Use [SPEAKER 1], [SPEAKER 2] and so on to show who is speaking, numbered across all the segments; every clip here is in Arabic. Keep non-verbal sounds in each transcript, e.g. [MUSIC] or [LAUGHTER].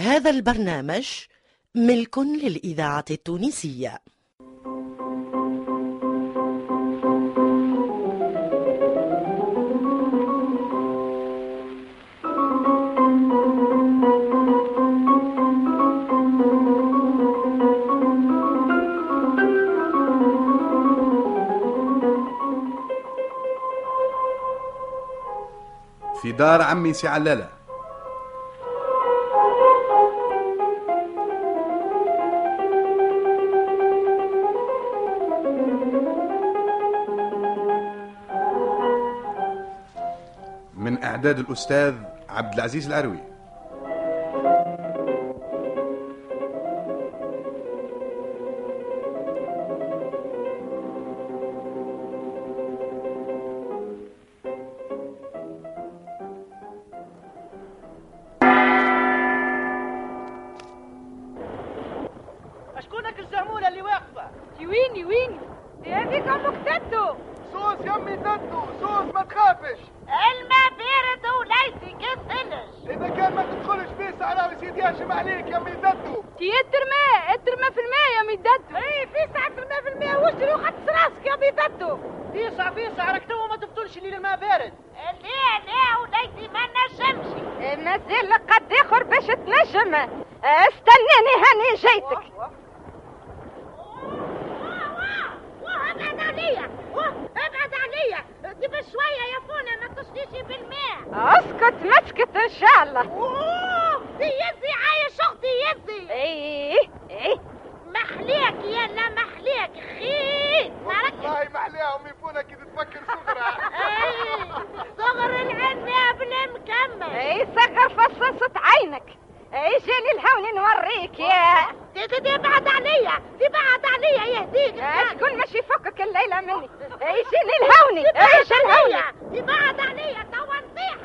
[SPEAKER 1] هذا البرنامج ملك للإذاعة التونسية
[SPEAKER 2] في دار عمي سي علالة من إعداد الأستاذ عبد العزيز العروي
[SPEAKER 3] شكونك الجمولة اللي واقفة؟
[SPEAKER 4] ويني ويني هذيك امك تدو
[SPEAKER 3] زوز يمي تدو زوز ما تخافش
[SPEAKER 5] الماء بارد وليس يقفلش
[SPEAKER 3] إذا كان ما تدخلش بيه سعراوي سيدي يهجم عليك يمي تدو
[SPEAKER 4] تي الترماء الترماء في الماء يا مي تدو اي إيه، في ساعة الماء في الماء واجري وخدت راسك يا مي تدو
[SPEAKER 3] فيسع فيسع راك تو ما تبطلش الليل الماء بارد
[SPEAKER 5] لا لا وليس ما نجمش
[SPEAKER 4] إيه، مازال لك قد اخر باش تنجم استناني إيه، هاني
[SPEAKER 3] أه،
[SPEAKER 4] جيتك
[SPEAKER 5] ابعد عليا واه، ابعد عليا ديما شوية يا فونا ما تشليش بالماء
[SPEAKER 4] اسكت مسكت ان شاء الله
[SPEAKER 5] اوه دي يزي عايش اختي يزي
[SPEAKER 4] ايه ايه
[SPEAKER 5] محليك يا لا محليك خيط نركز
[SPEAKER 3] والله ما عليها أمي فونا كي تتفكر [LAUGHS] صغرى
[SPEAKER 5] اي إيه، صغر العين يا بلا مكمل
[SPEAKER 4] ايه صغر فصاصة عينك ايه جالي الهون نوريك يا
[SPEAKER 5] دي- دي- دي ابعد عليا تبعد عليا يهديك
[SPEAKER 4] إيه، شكون مش يفكك الليلة مني ايه جالي الهوني ايه جا الهوني
[SPEAKER 5] يبعد عليا توا نطيح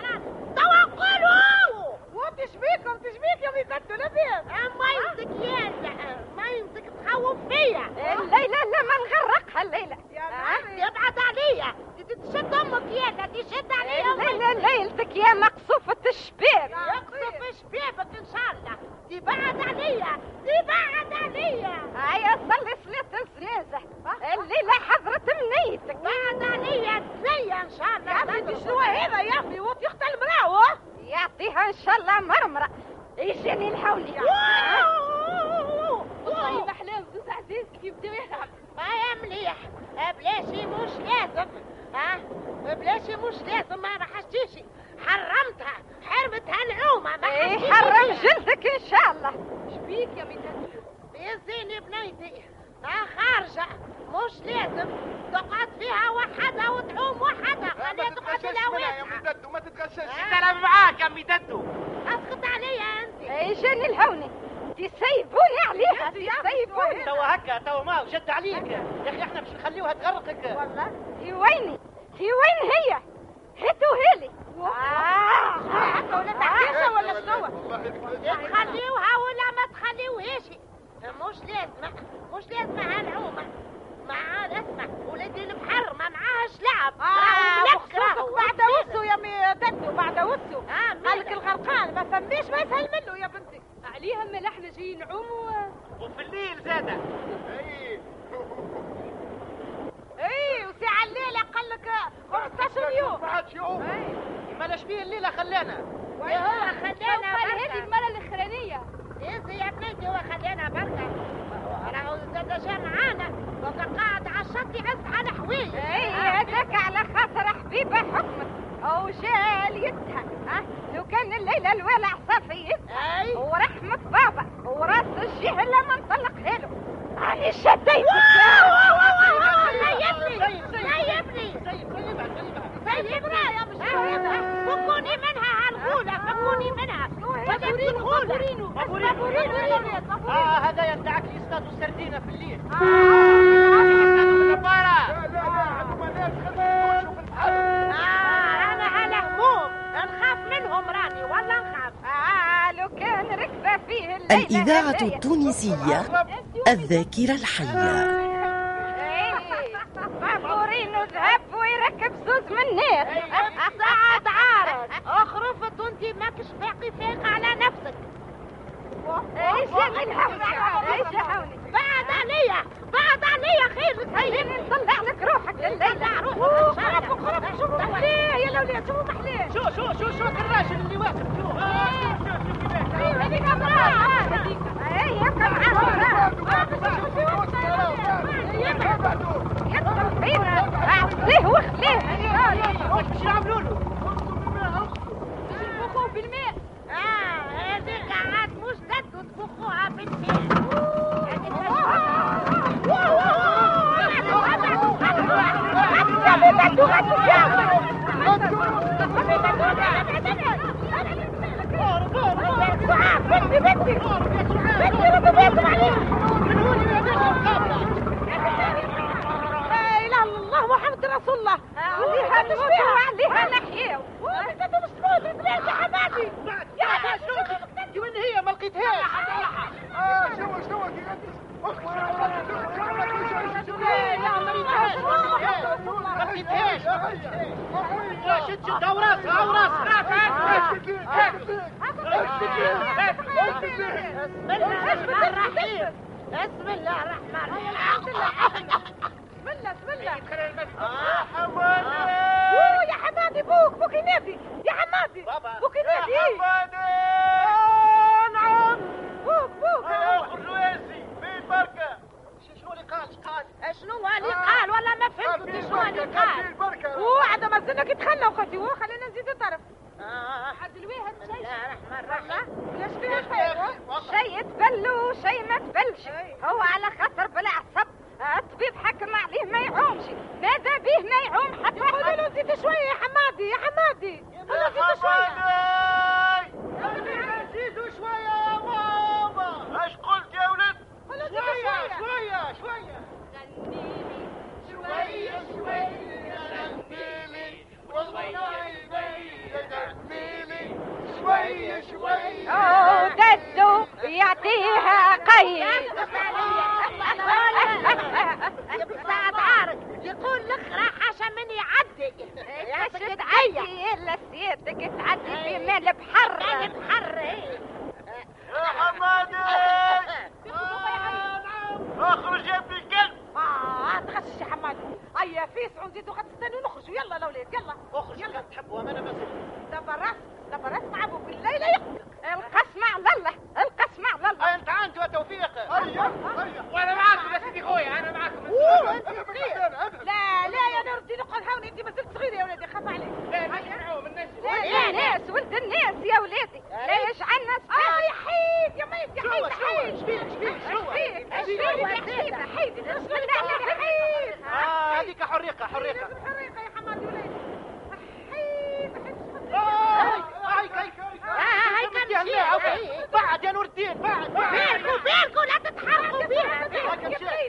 [SPEAKER 5] توا نقولوا
[SPEAKER 4] وانت شبيكم تشبيك يا ميكتو لاباس
[SPEAKER 5] أه، ما يمسك يا ما يمسك تخوف فيا
[SPEAKER 4] إيه، الليلة لا ما نغرقها الليلة أه؟
[SPEAKER 5] يبعد عليا تشد امك يا تشد عليا امك
[SPEAKER 4] إيه، الليلة ليلتك يا مقصوفة الشباب
[SPEAKER 5] يقصف شبابك ان شاء الله تبعد عليا تبعد عليا أه؟
[SPEAKER 4] هيا صلي صلاة الجنازة الليلة حضرت منيتك
[SPEAKER 5] بعد عليا تزيا ان شاء الله
[SPEAKER 4] هذا يا أخي وانت أخت المراوة يعطيها إن شاء الله مرمرة يجيني الحولي
[SPEAKER 5] والله ما
[SPEAKER 4] محلاهم زوز عزيز كي بداو يلعبوا
[SPEAKER 5] ما يا مليح بلاشي مش لازم ها بلاشي مش لازم ما حشتيش حرمتها حرمتها العومة ما حشتيش
[SPEAKER 4] ايه حرم جلدك إن شاء الله شبيك يا ميتاتي
[SPEAKER 5] يزيني بنيتي ها خارجة مش لازم تقعد فيها وحدها وتعوم وحدها خليها
[SPEAKER 3] ما
[SPEAKER 5] تقعد في
[SPEAKER 3] تتغشش منها يمي
[SPEAKER 5] الهواء
[SPEAKER 3] تدو ما تتغشش
[SPEAKER 5] سلام
[SPEAKER 3] أه. معاك يمي تدو
[SPEAKER 5] اسقط عليا انت
[SPEAKER 4] يجيني الهوني إيه، تسيبوني عليها تسيبوني
[SPEAKER 3] هكا تو ما جد عليك يا اخي احنا مش نخليوها تغرقك
[SPEAKER 4] والله في ويني في وين هي هاتوا هيلي آه.
[SPEAKER 5] هكا آه. ولا تحتاجها ولا شنو
[SPEAKER 3] شنو؟
[SPEAKER 5] تخليوها ولا ما تخليوهاش مش لازمة مش لازمة هالعومة مع اسمع ولادي البحر ما معاهش لعب راهو ملكرة،
[SPEAKER 4] وخصوصك آه، بعد
[SPEAKER 5] وزينة.
[SPEAKER 4] وسو يا مي ددو بعد وسو
[SPEAKER 5] آه، ملك.
[SPEAKER 4] قالك الغرقان ما فماش ما يسهل منه يا بنتي عليها ما احنا جايين نعوموا
[SPEAKER 3] وفي الليل زادة
[SPEAKER 4] اي وساعة الليلة قال لك 15
[SPEAKER 3] ما
[SPEAKER 4] يوم
[SPEAKER 3] عادش يعوم مالاش إيه. بيه الليلة خلانا
[SPEAKER 5] وهو خلينا بركة
[SPEAKER 4] المرة الاخرانية
[SPEAKER 5] إيه يا بنتي هو خلينا بركة راهو زاد جا معانا وكان قاعد على الشط يعز على آه. حويج
[SPEAKER 4] اي إيه، هذاك على خاطر حبيبه حكمك او جا ليتها ها آه، لو كان الليله الوالع صافي
[SPEAKER 5] اي
[SPEAKER 4] ورحمة بابا وراس الجهة لا ما نطلقها له أنا شديتك
[SPEAKER 5] سيبني سيبني سيبني يا مش فكوني منها هالغولة فكوني منها طيب، فكوني الغولة
[SPEAKER 3] اه هذا ينتعك يصطادوا السردينة في الليل
[SPEAKER 5] آه، أنا على هموم نخاف منهم راني والله نخاف
[SPEAKER 4] آه لو كان ركبة فيه الليلة
[SPEAKER 1] الإذاعة
[SPEAKER 4] هدايا.
[SPEAKER 1] التونسية الذاكرة الحية
[SPEAKER 4] إيه، بابورينو ذهب ويركب زوز من الناس
[SPEAKER 5] ساعة عارض اخرفت وانت ماكش باقي فايقة على نفسك
[SPEAKER 4] ايش اللي نحاول ايش نحاول
[SPEAKER 5] بعد عليا بعد عليا خيرك هي
[SPEAKER 4] نطلع لك إيه روحك
[SPEAKER 5] طلع
[SPEAKER 4] للليلة
[SPEAKER 5] روحك
[SPEAKER 4] أوه،
[SPEAKER 5] للشارع.
[SPEAKER 4] خربوا خربوا شوفوا
[SPEAKER 5] توا.
[SPEAKER 4] محليه يا الاولاد شوفوا محليه
[SPEAKER 3] شو شو شو شو الراجل اللي واقف شو آه، شو- شو- شو كيفاش؟
[SPEAKER 4] ايوه هذيك امراه هذيك اي هكا معاها يدخل فينا اعطيه واخليه
[SPEAKER 3] واش باش يعملوا له؟
[SPEAKER 4] يطبخوه بالماء
[SPEAKER 5] اه هذيك عاد مش قد تطبخوها بالفعل
[SPEAKER 4] لا اله الا الله محمد رسول الله عليها نموت وعليها نحيا وانتم شنو البلاد يا حمادي يا حمادي
[SPEAKER 3] دي وين هي ما لقيتهاش ما لقيتهاش شد شد او راسها او راسها
[SPEAKER 5] بسم الله الرحمن الرحيم بسم الله الرحمن الرحيم
[SPEAKER 4] بسم الله بسم الله
[SPEAKER 3] حمادي
[SPEAKER 4] أوه، يا حمادي بوك بوك ينادي يا حمادي
[SPEAKER 3] بابا.
[SPEAKER 4] بوك ينادي إيه.
[SPEAKER 3] نعم
[SPEAKER 4] بوك بوك
[SPEAKER 3] الرئاسي في آه، البركة شنو اللي قال قال أه،
[SPEAKER 5] شنو اللي
[SPEAKER 4] آه.
[SPEAKER 5] قال ولا ما فهمت شنو اللي قال
[SPEAKER 4] اوه عاد ما زلناك يتخلى وخدي اوه خلينا نزيدو طرف
[SPEAKER 5] آه،
[SPEAKER 4] عاد الواحد
[SPEAKER 5] بسم الله الرحمن
[SPEAKER 4] والله
[SPEAKER 5] الرحيم
[SPEAKER 4] ليش فيه الخير شيء تبل وشيء ما تبلش هو على خاطر بلا عصب الطبيب حكم عليه ما يعومش ماذا بيه ما يعوم حتى قولوا له زيد شويه يا حمادي يا حمادي قولوا له زيد شويه
[SPEAKER 3] زيدوا شوية يا ماما اش قلت يا ولد
[SPEAKER 4] قولوا زيد
[SPEAKER 3] شوية
[SPEAKER 4] شويه
[SPEAKER 3] شوية شوية شوية شوية تنميلي والله يبين تنميلي شوية شوية
[SPEAKER 4] أوه، دزو يعطيها قيل
[SPEAKER 5] بعد عارك يقول لك راح عشان من يعدي
[SPEAKER 4] ايش تعدي الا سيادتك تعدي في مال إيه. بحر
[SPEAKER 5] مال بحر إيه.
[SPEAKER 3] يا حمادي اخرج يا ابن الكلب
[SPEAKER 4] اه تغش يا حمادي ايا فيس ونزيدو قد استنوا نخرجوا يلا الاولاد يلا
[SPEAKER 3] اخرج يلا تحبوا انا مسؤول
[SPEAKER 4] دابا راس دابا راس مع ابوك الليله يقتلك القسم على الله القسم على الله
[SPEAKER 3] انت عنك وتوفيق
[SPEAKER 6] وانا معاكم يا سيدي خويا انا معاكم
[SPEAKER 4] لا لا يا نور الدين اقعد هاوني انت مازلت صغير يا ولادي خاف عليك لا يا ناس ولد الناس يا ولادي لا يجعلنا اه يا حيد يا ميت يا حيد يا حيد حيد حيد حيد حيد بسم الله يا حيد آه،
[SPEAKER 3] اه هذيك حريقه حريقه
[SPEAKER 4] لازم حريقه يا حمادي ولادي حيد حيد
[SPEAKER 3] بعد يا نور الدين بعد بعد
[SPEAKER 5] بالكوا بالكوا لا تتحركوا بيها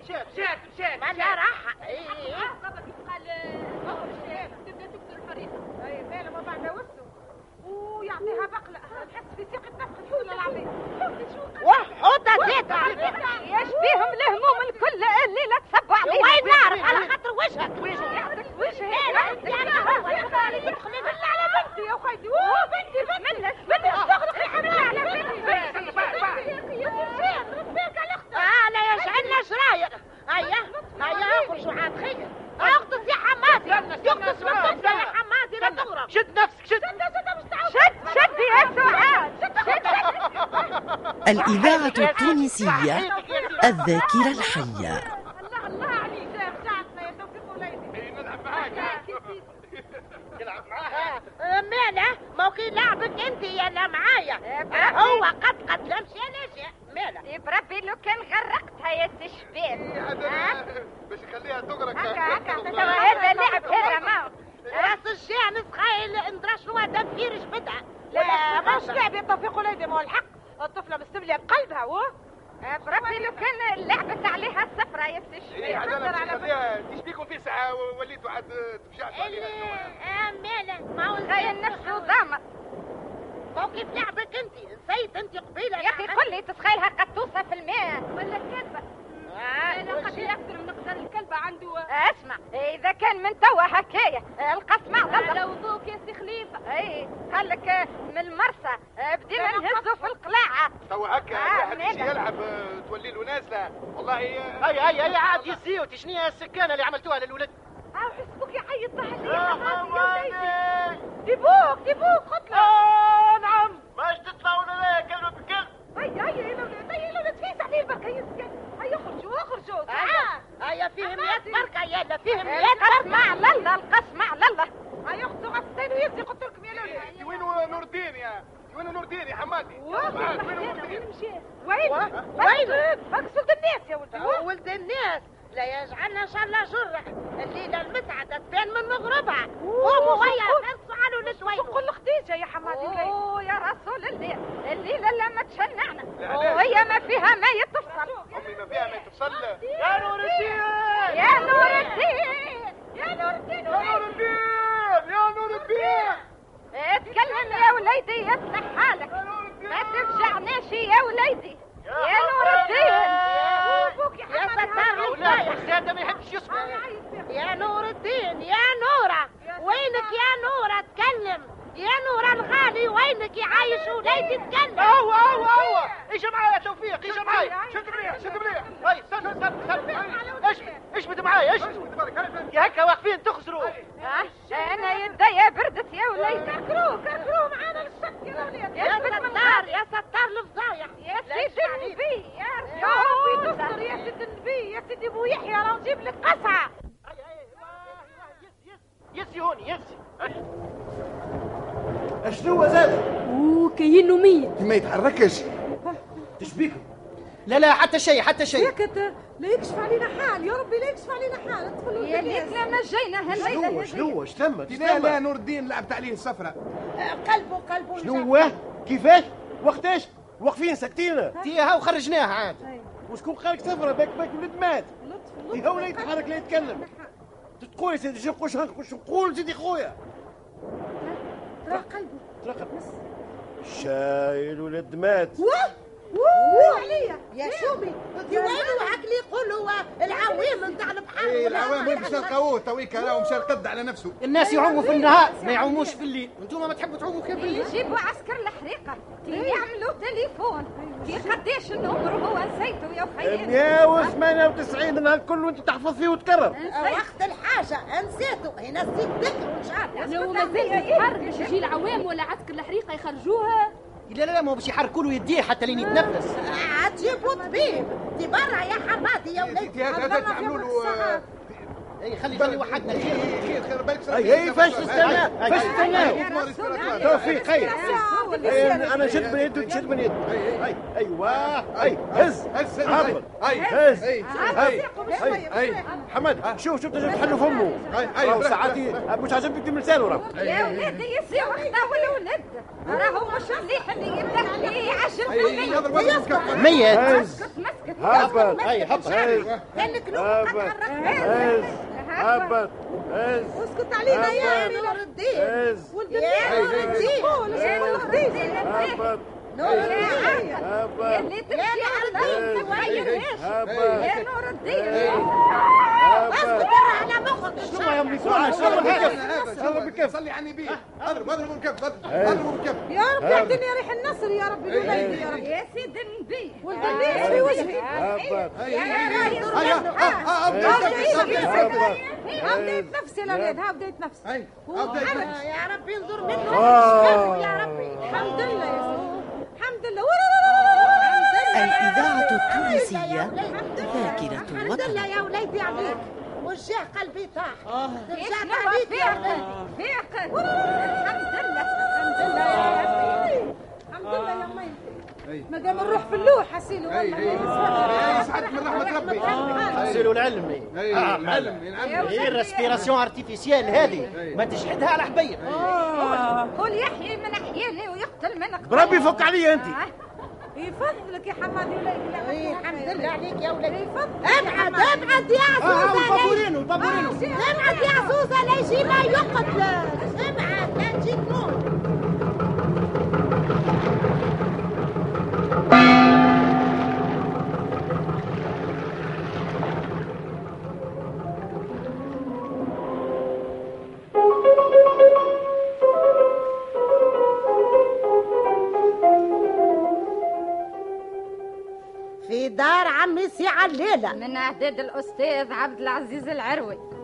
[SPEAKER 3] شات شات
[SPEAKER 5] ما انا راح إيه، إيه.
[SPEAKER 4] ويعطيها بقلة تحس في ثقة نفسك والله العظيم
[SPEAKER 5] وحوطه زيت
[SPEAKER 4] ايش بيهم الهموم الكل اللي لا تصب علينا
[SPEAKER 5] وين نعرف على خاطر وجهك
[SPEAKER 4] يعطيك وجهك
[SPEAKER 5] لا، لا، أنت يا هو، يا خالي، تدخلي
[SPEAKER 4] بالله على بنتي يا خالتي اوه بنتي بنتي بنتي بنتي استغرق بالله على بنتي بنتي آه،
[SPEAKER 5] اه لا يجعلنا شراير هيا هيا اخرجوا عاد خير اقطز يا حمادي يقطز من الطفل يا حمادي لا تغرق
[SPEAKER 3] شد نفسك شد
[SPEAKER 4] شد شد يا سعاد شد شد
[SPEAKER 1] الإذاعة التونسية الذاكرة الحية
[SPEAKER 4] الله الله عليك يا خشعتنا يا توفيق وليدي
[SPEAKER 6] نلعب معاك نلعب معاها
[SPEAKER 5] مالا ما كي لعبك انت يا لا معايا آه، هو قد قد لا مشى نجا مالا
[SPEAKER 4] بربي لو كان غرقتها يا سي شباب
[SPEAKER 6] باش نخليها تغرق
[SPEAKER 4] هكا هكا توا هذا لعب هذا ما
[SPEAKER 5] راس الجان صغير ندرا شنو هذا فيرش بدعه
[SPEAKER 4] لا مش
[SPEAKER 5] مش
[SPEAKER 4] لعب يا توفيق وليدي ما هو الحق الطفلة مستملة بقلبها و آه، بربي لو كان لعبت عليها السفرة يا سي
[SPEAKER 6] ايه
[SPEAKER 4] شباب
[SPEAKER 6] عاد انا
[SPEAKER 4] خطر
[SPEAKER 6] باش
[SPEAKER 4] على بنتي.
[SPEAKER 6] نخليها تشبيكم في ساعه وليتوا عاد تبشعتوا عليها
[SPEAKER 5] مالا ما هو
[SPEAKER 4] خاين نفسه ضامر
[SPEAKER 5] موقف لعبك انت نسيت انت قبيله
[SPEAKER 4] يا اخي قل لي تتخيلها قطوسه في الماء ولا كلبه لا قد اكثر من قدر الكلبه عنده اسمع اذا كان من توا هكايا القسم على وضوك يا سي خليفه اي قال لك من المرسى بدينا نهزوا في القلاعه
[SPEAKER 6] توا هكا
[SPEAKER 4] آه،
[SPEAKER 6] واحد يجي
[SPEAKER 4] ماذا؟
[SPEAKER 6] يلعب آه، تولي له نازله والله آه،
[SPEAKER 3] هيا هيا هيا عاد يزيوت شنو هي السكانه اللي عملتوها للولد
[SPEAKER 4] أو آه، حسبك يعيط ضحك يا حماتي يا وليدي
[SPEAKER 3] آه،
[SPEAKER 4] ديبوك ديبوك خطلة
[SPEAKER 3] آه، نعم باش تطلعوا لنا كلمه بكلب
[SPEAKER 4] هيا هيا يا لولاد هيا يا لولاد فيس عليه البركة هيا مسكين. هيا اخرجوا اخرجوا تعال
[SPEAKER 5] هيا فيه ميات
[SPEAKER 4] عماتي.
[SPEAKER 5] بركة يلا فيه
[SPEAKER 4] إيه؟
[SPEAKER 5] ميات
[SPEAKER 4] القسم
[SPEAKER 5] بركة
[SPEAKER 4] على الله القسم على الله هيا اخذوا غطين ويزي قلت لكم يا
[SPEAKER 6] انت
[SPEAKER 4] لولاد
[SPEAKER 6] وينو نور الدين يا أنت وينو نور الدين يا حمادي
[SPEAKER 4] واخر
[SPEAKER 6] أنت وينو نور الدين
[SPEAKER 4] وين مشى وين
[SPEAKER 5] وينه؟
[SPEAKER 4] مكتوب مكسود الناس يا ولدي
[SPEAKER 5] آه، ولد الناس لا يجعلنا ان شاء الله جرة الليلة المتعة تبان من مغربها قوموا هيا خلصوا على ولد
[SPEAKER 4] وقل
[SPEAKER 5] وينه
[SPEAKER 4] لخديجه يا حماتي
[SPEAKER 5] أوه،
[SPEAKER 4] اوه يا رسول الله الليله لا ما تشنعنا
[SPEAKER 6] لا.
[SPEAKER 4] وهي ما فيها ما يتفصل
[SPEAKER 6] امي ما فيها ما يتفصل
[SPEAKER 4] يا نور الدين يا نور الدين يا نور الدين
[SPEAKER 6] يا نور الدين يا نور الدين
[SPEAKER 4] اتكلم يا وليدي يصلح حالك ما تفجعناش يا وليدي يا نور الدين وابوك يا
[SPEAKER 5] يا ستار
[SPEAKER 4] حماتي
[SPEAKER 5] الله.
[SPEAKER 3] لا الساده ما يحبش يسمع
[SPEAKER 5] يا نور الدين يا نورة وينك يا نورة تكلم يا نورة الغالي وينك يا عايش وليدي تكلم
[SPEAKER 3] هو هو هو ايش معايا يا توفيق ايش معايا طيب،
[SPEAKER 6] شد مليح شد مليح
[SPEAKER 3] هاي استنى استنى استنى اشبد اشبد معايا اشبد يا هكا واقفين تخسروا
[SPEAKER 4] انا يديا بردت يا وليدي كركرو كركرو معانا للشك يا وليدي
[SPEAKER 5] يا
[SPEAKER 4] يثبت من
[SPEAKER 5] ستار يا ستار الفضايح
[SPEAKER 4] يا سيدي النبي يا ربي تستر يا سيدي النبي يا سيدي بو يحيى راه نجيب لك قصعه
[SPEAKER 3] يسي هوني يسي
[SPEAKER 7] شنو هو زاد؟
[SPEAKER 8] وكاينه ميت
[SPEAKER 2] ما يتحركش
[SPEAKER 7] تشبيكم؟
[SPEAKER 3] لا لا حتى شيء حتى شيء
[SPEAKER 8] سكت لا يكشف علينا حال يا ربي لا يكشف علينا حال ادخلوا
[SPEAKER 4] يا
[SPEAKER 8] البلاس.
[SPEAKER 4] ليتنا ما جينا
[SPEAKER 7] شنو
[SPEAKER 4] هالليله
[SPEAKER 7] هو؟ شنو هو؟ اش تم؟ اش
[SPEAKER 2] لا لا
[SPEAKER 7] تم؟
[SPEAKER 2] نور الدين لعبت عليه الصفرة
[SPEAKER 5] قلبه قلبه
[SPEAKER 7] شنو هو؟ كيفاش؟ وقتاش؟ واقفين ساكتين؟
[SPEAKER 3] تي هاو خرجناها عاد
[SPEAKER 7] وشكون قالك تفرى باك باك ولد مات؟ يا ولا يتحرك لا يتكلم تقول يا سيدي شنو نقول شنو نقول شنو نقول سيدي خويا؟
[SPEAKER 8] راه قلبه
[SPEAKER 7] ترقب شايل ولد مات
[SPEAKER 8] واه واه عليا
[SPEAKER 5] يا شومي دي وينو عقلي يقولوا العويم نتاع البحر
[SPEAKER 2] إيه،
[SPEAKER 5] والعوام
[SPEAKER 2] العوامل باش يلقاوه تويك راهو مشى القد على نفسه
[SPEAKER 3] الناس يعوموا في النهار ما يعوموش في الليل انتم ما تحبوا تعوموا كيف بالليل
[SPEAKER 4] يجيبوا عسكر الحريقه كي يعملوا تليفون كي قداش النمر هو نسيته يا خيي
[SPEAKER 7] 198 نهار الكل وانت تحفظ فيه وتكرر
[SPEAKER 5] وقت الحاجة نسيتوا هنا نسيت ذكر إن شاء الله
[SPEAKER 8] لو مازال يتحرك باش يجي العوام ولا عسكر الحريقه يخرجوها
[SPEAKER 3] لا لا لا ما هو باش يحركوا له يديه حتى لين يتنفس
[SPEAKER 5] عاد جيبوا طبيب دي برا يا حمادي يا وليدي
[SPEAKER 2] هذا تعملوا له
[SPEAKER 3] اي خلي خلي وحدنا خير
[SPEAKER 2] خير بالك صراحة.
[SPEAKER 7] اي اي فاش تستنى
[SPEAKER 3] أي-
[SPEAKER 7] فاش
[SPEAKER 3] أي-
[SPEAKER 7] تستنى توفيق خير انا انا شد من يده شد من يده أي- أي- ايوه اي هز
[SPEAKER 2] هز- هز-
[SPEAKER 7] هبط
[SPEAKER 2] أي-
[SPEAKER 7] هز
[SPEAKER 2] أي-
[SPEAKER 7] هاي هاي حمد شوف شوف تجي تحل فمه
[SPEAKER 2] أي- أي،
[SPEAKER 7] راهو
[SPEAKER 2] بلا-
[SPEAKER 7] ساعات مش عاجبك دي لسانه راهو
[SPEAKER 4] يا ولادي يسي وحده والولد راهو مش مليح اللي يبدا اللي يعجل
[SPEAKER 2] أي- يضرب واحد بالكف.
[SPEAKER 3] ميت
[SPEAKER 7] هز
[SPEAKER 4] مسكت
[SPEAKER 7] هبط
[SPEAKER 3] اي هبط
[SPEAKER 7] هز
[SPEAKER 5] لأنك لو
[SPEAKER 7] هبط هز هبط هز
[SPEAKER 5] اسكت علينا يا
[SPEAKER 7] هبط.
[SPEAKER 5] نور الدين
[SPEAKER 7] هز
[SPEAKER 5] يا نور الدين
[SPEAKER 4] يا ولادي
[SPEAKER 7] هبط
[SPEAKER 5] نور الدين
[SPEAKER 4] يا
[SPEAKER 7] هبط
[SPEAKER 4] اللي تمشي على
[SPEAKER 7] هز
[SPEAKER 4] الدين ما يغيرش
[SPEAKER 7] هبط
[SPEAKER 4] يا نور الدين
[SPEAKER 5] اسكت
[SPEAKER 7] هبط
[SPEAKER 5] برا على مخك إن شاء الله
[SPEAKER 7] سرعة، شرب الكف
[SPEAKER 2] هذا بالكف صلي على النبي اضرب اضرب بالكف اضرب اضرب بالكف
[SPEAKER 8] يا ربي اعطيني ريح النصر يا ربي الوليدي يا ربي
[SPEAKER 4] يا سيدي النبي
[SPEAKER 8] والدنيا
[SPEAKER 5] آه،
[SPEAKER 8] في وجهي
[SPEAKER 7] هبط
[SPEAKER 5] آه،
[SPEAKER 8] ها بديت نفسي الاولاد ها بديت نفسي
[SPEAKER 2] أي، أبدأ يتنفس.
[SPEAKER 5] آه، يا ربي انظر منه
[SPEAKER 7] آه.
[SPEAKER 5] يا ربي
[SPEAKER 8] الحمد لله يا سيدي الحمد لله ورا-
[SPEAKER 1] الإذاعة
[SPEAKER 5] آه، يا
[SPEAKER 1] التونسية
[SPEAKER 5] وليدي.
[SPEAKER 1] ذاكرة
[SPEAKER 5] الحمد لله
[SPEAKER 1] الوطن
[SPEAKER 5] يا وليدي عليك وجه قلبي طاح رجعت
[SPEAKER 4] شنو
[SPEAKER 5] عليك يا
[SPEAKER 4] فيق
[SPEAKER 5] وليدي
[SPEAKER 4] فيق الحمد لله الحمد لله يا ربي
[SPEAKER 8] الحمد لله يا مي مادام نروح في اللوح حسين
[SPEAKER 2] أي- أي. يسعد من رحمة ربي
[SPEAKER 3] حسلوا العلم
[SPEAKER 2] أي، العلم العلم
[SPEAKER 3] هي الريسبيراسيون ارتيفيسيال هذه ما تشحدها على حبيب
[SPEAKER 4] قول يحيي من احياني ويقتل من قتل
[SPEAKER 7] بربي فك علي انت
[SPEAKER 8] يفضلك يا حمادي ولا
[SPEAKER 5] إيه، الحمد لله عليك يا وليدي
[SPEAKER 8] يفضلك
[SPEAKER 5] ابعد ابعد يا
[SPEAKER 7] آه،
[SPEAKER 5] عزوزه لي.
[SPEAKER 7] البابورين البابورين
[SPEAKER 5] ابعد يا عزوزه لا يجي ما يقتلك ابعد لا تجي تموت
[SPEAKER 9] في دار عمي سي علالة
[SPEAKER 4] من اعداد الاستاذ عبد العزيز العروي